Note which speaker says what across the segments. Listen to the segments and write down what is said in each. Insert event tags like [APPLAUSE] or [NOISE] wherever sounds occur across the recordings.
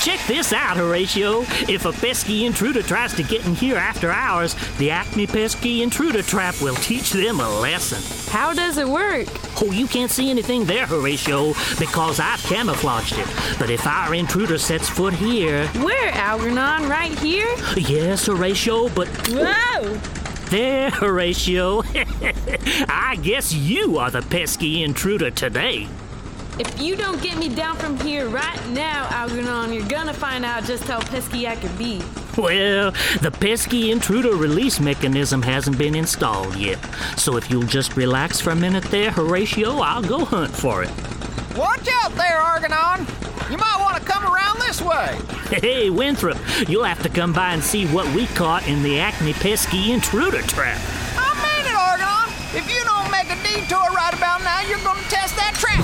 Speaker 1: Check this out, Horatio. If a pesky intruder tries to get in here after hours, the Acme Pesky Intruder Trap will teach them a lesson.
Speaker 2: How does it work?
Speaker 1: Oh, you can't see anything there, Horatio, because I've camouflaged it. But if our intruder sets foot here.
Speaker 2: Where, Algernon? Right here?
Speaker 1: Yes, Horatio, but.
Speaker 2: Whoa!
Speaker 1: There, Horatio. [LAUGHS] I guess you are the pesky intruder today.
Speaker 2: If you don't get me down from here right now, Algernon, you're gonna find out just how pesky I can be.
Speaker 1: Well, the pesky intruder release mechanism hasn't been installed yet. So if you'll just relax for a minute there, Horatio, I'll go hunt for it. [LAUGHS]
Speaker 3: Watch out there, Argonon! You might want to come around this way.
Speaker 1: Hey, Winthrop, you'll have to come by and see what we caught in the Acme Pesky Intruder Trap.
Speaker 3: I mean it, Argonon! If you don't make a detour right about now, you're going to test that trap.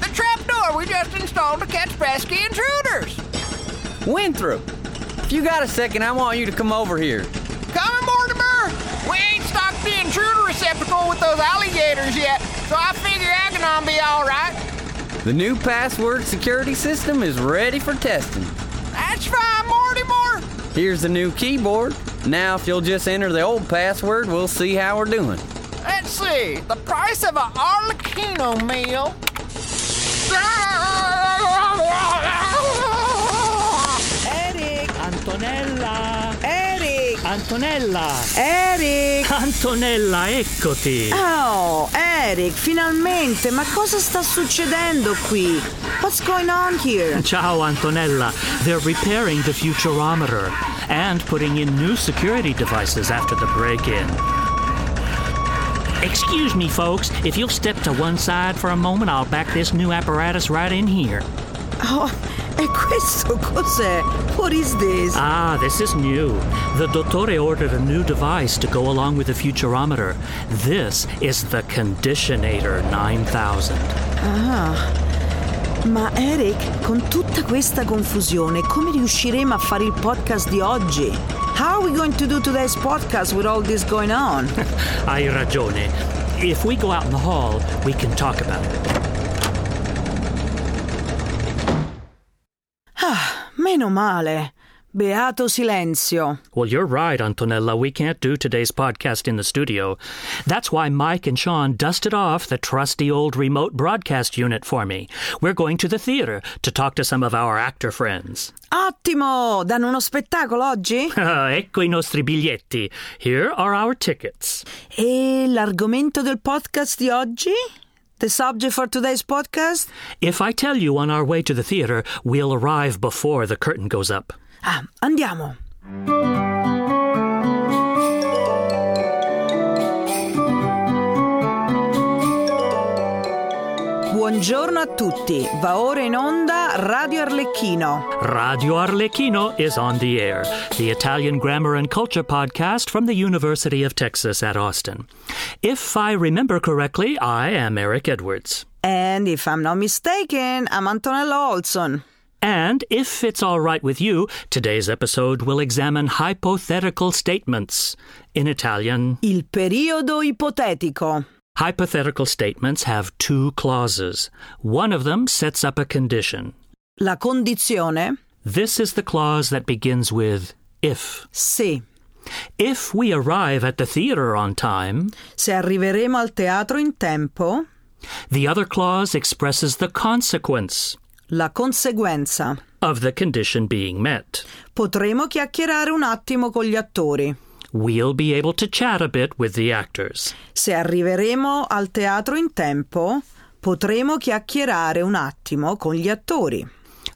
Speaker 3: the trap door we just installed to catch pesky intruders.
Speaker 4: Winthrop, if you got a second, I want you to come over here.
Speaker 3: Coming, Mortimer! We ain't stocked the intruder receptacle with those alligators yet, so I figure Argonon be all right.
Speaker 4: The new password security system is ready for testing.
Speaker 3: That's fine, Mortimer.
Speaker 4: Here's the new keyboard. Now, if you'll just enter the old password, we'll see how we're doing.
Speaker 3: Let's see. The price of an Arlecchino meal. [LAUGHS]
Speaker 5: Eric,
Speaker 1: Antonella!
Speaker 5: Eric,
Speaker 1: Antonella!
Speaker 5: Eric.
Speaker 1: Antonella, eccoti!
Speaker 5: Oh, Eric, finalmente, ma cosa sta succedendo qui? What's going on here?
Speaker 1: Ciao, Antonella. They're repairing the Futurometer and putting in new security devices after the break in. Excuse me, folks. If you'll step to one side for a moment, I'll back this new apparatus right in here.
Speaker 5: Oh, e questo cos'è? What is this?
Speaker 1: Ah, this is new. The Dottore ordered a new device to go along with the Futurometer. This is the Conditionator 9000.
Speaker 5: Ma Eric, con tutta questa confusione, come riusciremo a fare il podcast di oggi? How are we going to do today's podcast with all this going on?
Speaker 1: Hai ragione. If we go out in the hall, we can talk about it.
Speaker 5: Meno male. Beato silenzio.
Speaker 1: Well, you're right, Antonella. We can't do today's podcast in the studio. That's why Mike and Sean dusted off the trusty old remote broadcast unit for me. We're going to the theater to talk to some of our actor friends. [LAUGHS]
Speaker 5: Ottimo! Danno uno spettacolo oggi?
Speaker 1: Ah, ecco i nostri biglietti. Here are our tickets.
Speaker 5: E l'argomento del podcast di oggi? The subject for today's podcast?
Speaker 1: If I tell you on our way to the theater, we'll arrive before the curtain goes up.
Speaker 5: Ah, andiamo! Buongiorno a tutti, va ora in onda Radio Arlecchino.
Speaker 1: Radio Arlecchino is on the air, the Italian grammar and culture podcast from the University of Texas at Austin. If I remember correctly, I am Eric Edwards.
Speaker 5: And if I'm not mistaken, I'm Antonella Olson.
Speaker 1: And if it's all right with you, today's episode will examine hypothetical statements. In Italian,
Speaker 5: Il periodo ipotetico.
Speaker 1: hypothetical statements have two clauses. One of them sets up a condition.
Speaker 5: La condizione?
Speaker 1: This is the clause that begins with if.
Speaker 5: Sì.
Speaker 1: If we arrive at the theater on time,
Speaker 5: Se arriveremo al teatro in tempo,
Speaker 1: The other clause expresses the consequence
Speaker 5: la conseguenza.
Speaker 1: of the condition being met.
Speaker 5: Potremo chiacchierare un attimo con gli attori.
Speaker 1: We'll be able to chat a bit with the actors.
Speaker 5: Se arriveremo al teatro in tempo, potremo chiacchierare un attimo con gli attori.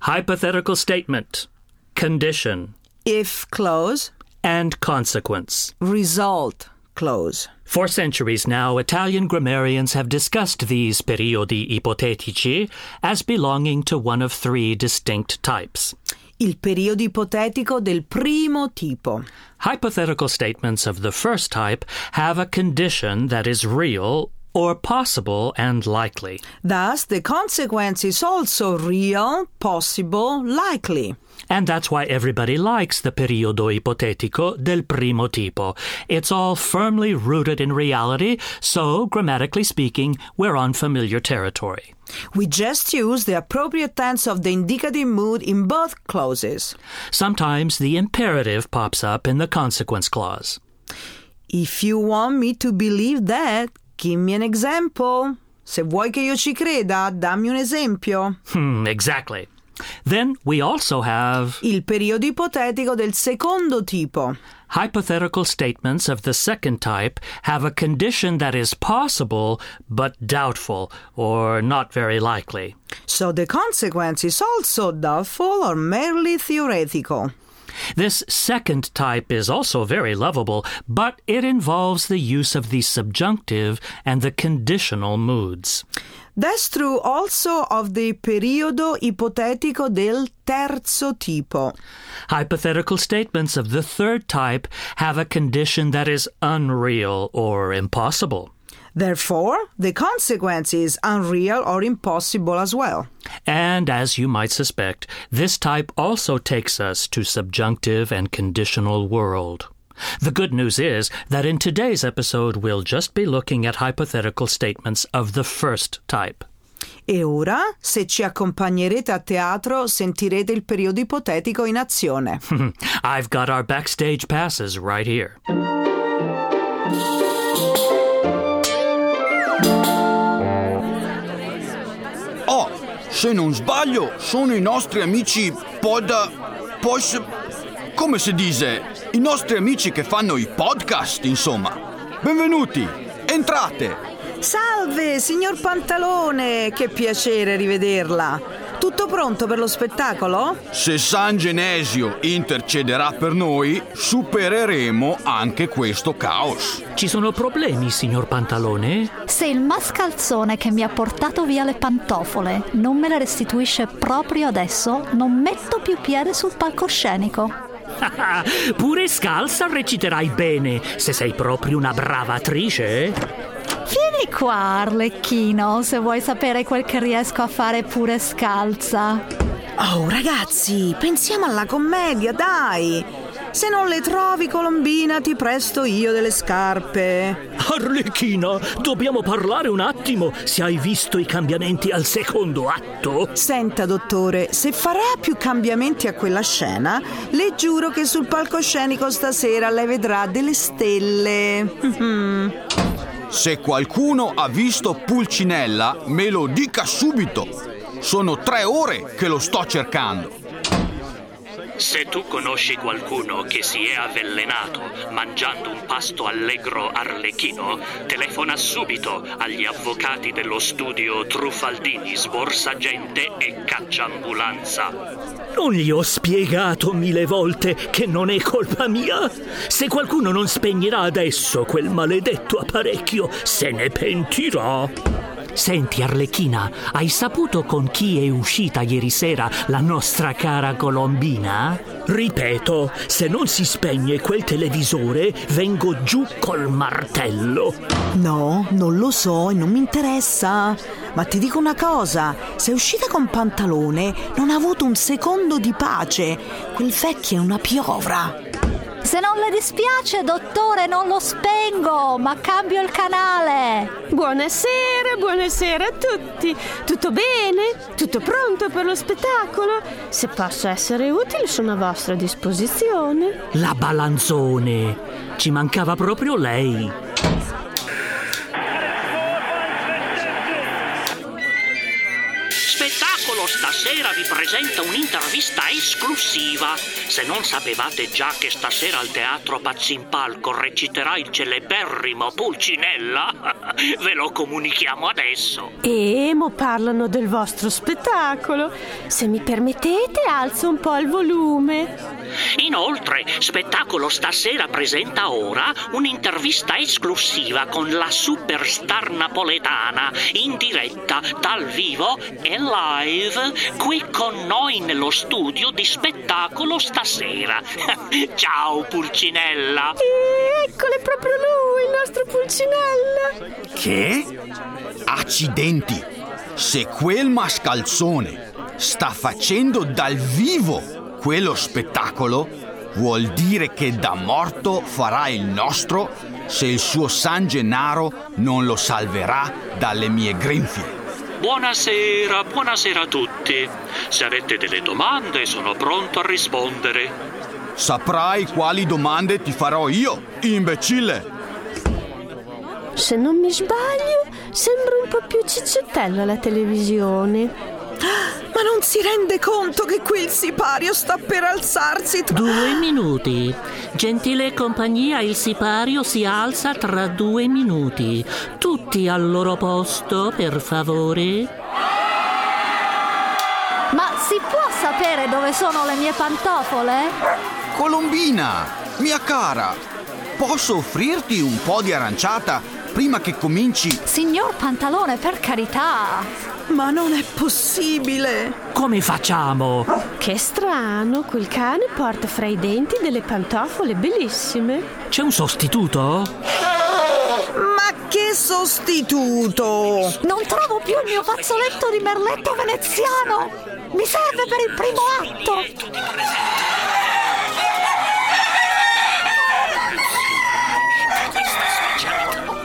Speaker 1: Hypothetical statement, condition,
Speaker 5: If close,
Speaker 1: and consequence.
Speaker 5: result close.
Speaker 1: For centuries now, Italian grammarians have discussed these periodi ipotetici as belonging to one of three distinct types.
Speaker 5: Il periodo ipotetico del primo tipo.
Speaker 1: Hypothetical statements of the first type have a condition that is real or possible and likely.
Speaker 5: Thus, the consequence is also real, possible, likely.
Speaker 1: And that's why everybody likes the periodo ipotetico del primo tipo. It's all firmly rooted in reality, so grammatically speaking, we're on familiar territory.
Speaker 5: We just use the appropriate tense of the indicative mood in both clauses.
Speaker 1: Sometimes the imperative pops up in the consequence clause.
Speaker 5: If you want me to believe that, give me an example. Se vuoi che io ci creda, dammi un esempio.
Speaker 1: Hmm, exactly. Then we also have
Speaker 5: Il periodo ipotetico del secondo tipo.
Speaker 1: hypothetical statements of the second type have a condition that is possible but doubtful or not very likely.
Speaker 5: So the consequence is also doubtful or merely theoretical.
Speaker 1: This second type is also very lovable, but it involves the use of the subjunctive and the conditional moods.
Speaker 5: That's true also of the periodo ipotetico del terzo tipo.
Speaker 1: Hypothetical statements of the third type have a condition that is unreal or impossible.
Speaker 5: Therefore, the consequence is unreal or impossible as well.
Speaker 1: And as you might suspect, this type also takes us to subjunctive and conditional world. The good news is that in today's episode, we'll just be looking at hypothetical statements of the first type.
Speaker 5: E ora, se ci accompagnerete a teatro, sentirete il periodo ipotetico in azione.
Speaker 1: I've got our backstage passes right here.
Speaker 6: Oh, se non sbaglio, sono i nostri amici pod... pos... come si dice? I nostri amici che fanno i podcast, insomma. Benvenuti, entrate.
Speaker 5: Salve, signor Pantalone! Che piacere rivederla! Tutto pronto per lo spettacolo?
Speaker 6: Se San Genesio intercederà per noi, supereremo anche questo caos.
Speaker 1: Ci sono problemi, signor Pantalone?
Speaker 7: Se il mascalzone che mi ha portato via le pantofole non me le restituisce proprio adesso, non metto più piede sul palcoscenico.
Speaker 1: Pure scalza reciterai bene, se sei proprio una brava attrice.
Speaker 7: Vieni qua, Arlecchino, se vuoi sapere quel che riesco a fare pure scalza.
Speaker 5: Oh, ragazzi, pensiamo alla commedia, dai! Se non le trovi, Colombina, ti presto io delle scarpe.
Speaker 1: Arlecchina, dobbiamo parlare un attimo. Se hai visto i cambiamenti al secondo atto?
Speaker 5: Senta, dottore, se farà più cambiamenti a quella scena, le giuro che sul palcoscenico stasera lei vedrà delle stelle.
Speaker 6: Se qualcuno ha visto Pulcinella, me lo dica subito. Sono tre ore che lo sto cercando.
Speaker 1: Se tu conosci qualcuno che si è avvelenato mangiando un pasto allegro arlecchino, telefona subito agli avvocati dello studio Truffaldini, sborsa gente e cacciambulanza. Non gli ho spiegato mille volte che non è colpa mia? Se qualcuno non spegnerà adesso quel maledetto apparecchio, se ne pentirà. Senti, Arlecchina, hai saputo con chi è uscita ieri sera la nostra cara Colombina? Ripeto, se non si spegne quel televisore, vengo giù col martello.
Speaker 5: No, non lo so e non mi interessa. Ma ti dico una cosa, se è uscita con pantalone non ha avuto un secondo di pace. Quel vecchio è una piovra.
Speaker 7: Se non le dispiace, dottore, non lo spengo, ma cambio il canale.
Speaker 2: Buonasera, buonasera a tutti. Tutto bene? Tutto pronto per lo spettacolo? Se posso essere utile, sono a vostra disposizione.
Speaker 1: La Balanzone. Ci mancava proprio lei.
Speaker 8: Spettacolo stasera vi presenta un'intervista esclusiva. Se non sapevate già che stasera al teatro Pazzi in Palco reciterà il celeberrimo Pulcinella, [LAUGHS] ve lo comunichiamo adesso.
Speaker 2: E Emo parlano del vostro spettacolo. Se mi permettete, alzo un po' il volume.
Speaker 8: Inoltre, Spettacolo stasera presenta ora un'intervista esclusiva con la superstar napoletana in diretta dal vivo e live qui con noi nello studio di Spettacolo stasera. [LAUGHS] Ciao Pulcinella!
Speaker 2: E eccole proprio lui. il nostro Pulcinella!
Speaker 6: Che? Accidenti! Se quel mascalzone sta facendo dal vivo quello spettacolo, vuol dire che da morto farà il nostro se il suo San Gennaro non lo salverà dalle mie grinfie.
Speaker 9: Buonasera, buonasera a tutti. Se avete delle domande sono pronto a rispondere.
Speaker 6: Saprai quali domande ti farò io, imbecille!
Speaker 2: Se non mi sbaglio, sembra un po' più ciccettello alla televisione.
Speaker 5: Ma non si rende conto che qui il sipario sta per alzarsi tra...
Speaker 1: Due minuti. Gentile compagnia, il sipario si alza tra due minuti. Tutti al loro posto, per favore.
Speaker 7: Ma si può sapere dove sono le mie pantofole?
Speaker 6: Colombina, mia cara, posso offrirti un po' di aranciata prima che cominci?
Speaker 7: Signor Pantalone, per carità!
Speaker 5: Ma non è possibile!
Speaker 10: Come facciamo?
Speaker 2: Che strano, quel cane porta fra i denti delle pantofole bellissime.
Speaker 10: C'è un sostituto?
Speaker 5: Ma che sostituto!
Speaker 7: Non trovo più il mio fazzoletto di merletto veneziano! Mi serve per il primo atto!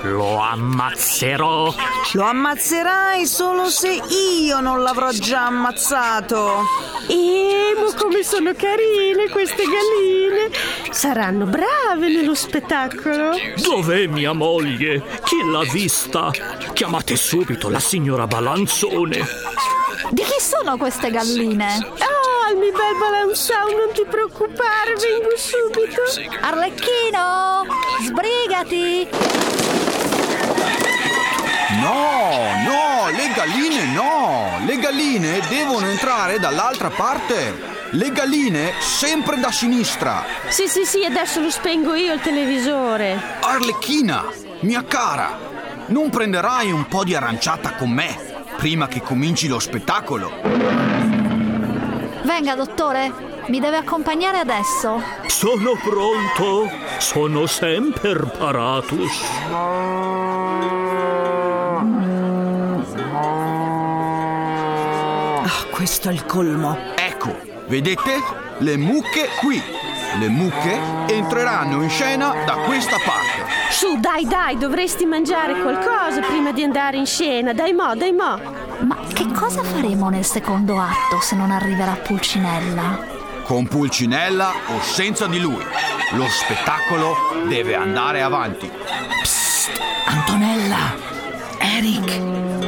Speaker 10: Lo ammazzerò.
Speaker 5: Lo ammazzerai solo se io non l'avrò già ammazzato!
Speaker 2: Emo, come sono carine queste galline! Saranno brave nello spettacolo!
Speaker 10: Dov'è mia moglie? Chi l'ha vista? Chiamate subito la signora Balanzone.
Speaker 7: Di chi sono queste galline?
Speaker 2: Ah, il mio bel balanzao, non ti preoccupare, vengo subito!
Speaker 7: Arlecchino! Sbrigati!
Speaker 6: No, no, le galline no! Le galline devono entrare dall'altra parte! Le galline sempre da sinistra!
Speaker 2: Sì, sì, sì, adesso lo spengo io il televisore!
Speaker 6: Arlecchina, mia cara, non prenderai un po' di aranciata con me prima che cominci lo spettacolo?
Speaker 7: Venga, dottore, mi deve accompagnare adesso.
Speaker 10: Sono pronto. Sono sempre paratus.
Speaker 11: Ah, questo è il colmo.
Speaker 6: Ecco, vedete? Le mucche qui. Le mucche entreranno in scena da questa parte.
Speaker 2: Su, dai, dai, dovresti mangiare qualcosa prima di andare in scena, dai mo, dai mo!
Speaker 7: Ma che cosa faremo nel secondo atto se non arriverà Pulcinella?
Speaker 6: Con Pulcinella o senza di lui, lo spettacolo deve andare avanti.
Speaker 11: Antonella, Eric,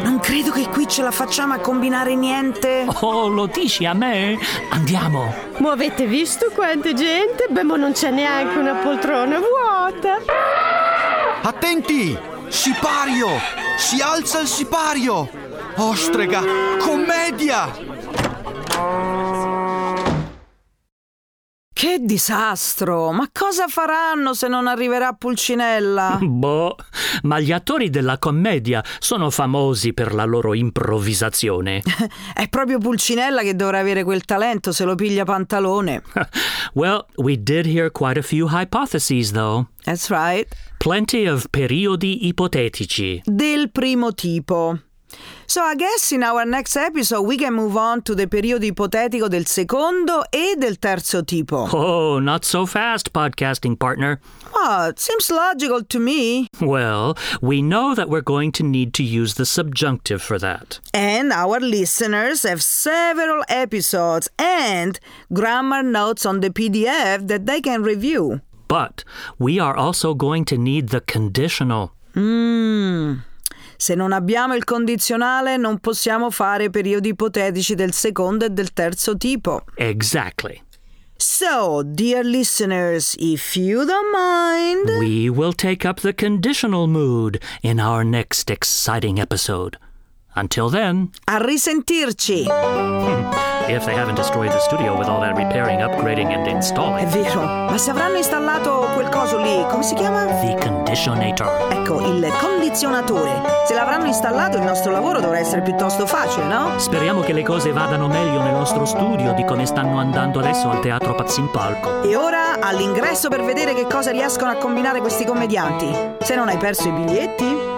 Speaker 11: non credo che qui ce la facciamo a combinare niente.
Speaker 10: Oh, lo dici a me? Andiamo.
Speaker 2: Ma avete visto quante gente? Beh, ma non c'è neanche una poltrona vuota!
Speaker 6: Attenti! Sipario! Si alza il sipario! Ostrega! Commedia!
Speaker 5: Che disastro! Ma cosa faranno se non arriverà Pulcinella?
Speaker 10: Boh, ma gli attori della commedia sono famosi per la loro [LAUGHS] improvvisazione.
Speaker 5: È proprio Pulcinella che dovrà avere quel talento se lo piglia pantalone.
Speaker 10: well, we did hear quite a few hypotheses, though.
Speaker 5: That's right.
Speaker 10: Plenty of periodi ipotetici.
Speaker 5: Del primo tipo. So I guess in our next episode we can move on to the periodo ipotetico del secondo e del terzo tipo.
Speaker 10: Oh, not so fast, podcasting partner.
Speaker 5: Oh, it seems logical to me.
Speaker 10: Well, we know that we're going to need to use the subjunctive for that.
Speaker 5: And our listeners have several episodes and grammar notes on the PDF that they can review.
Speaker 10: But we are also going to need the conditional.
Speaker 5: Se non abbiamo il condizionale non possiamo fare periodi ipotetici del secondo e del terzo tipo.
Speaker 10: Exactly.
Speaker 5: So, dear listeners, if you don't mind,
Speaker 10: We will take up the conditional mood in our next exciting episode. Until then,
Speaker 5: A risentirci!
Speaker 10: if they haven't destroyed the studio with all that repairing, upgrading, and
Speaker 5: È
Speaker 10: installing,
Speaker 5: vero, ma se avranno installato quel coso lì, come si chiama?
Speaker 10: the conditionator.
Speaker 5: Ecco, il condizionatore. Se l'avranno installato il nostro lavoro dovrà essere piuttosto facile, no?
Speaker 10: Speriamo che le cose vadano meglio nel nostro studio di come stanno andando adesso al teatro Pazzin Palco.
Speaker 5: E ora all'ingresso per vedere che cosa riescono a combinare questi commedianti. Se non hai perso i biglietti...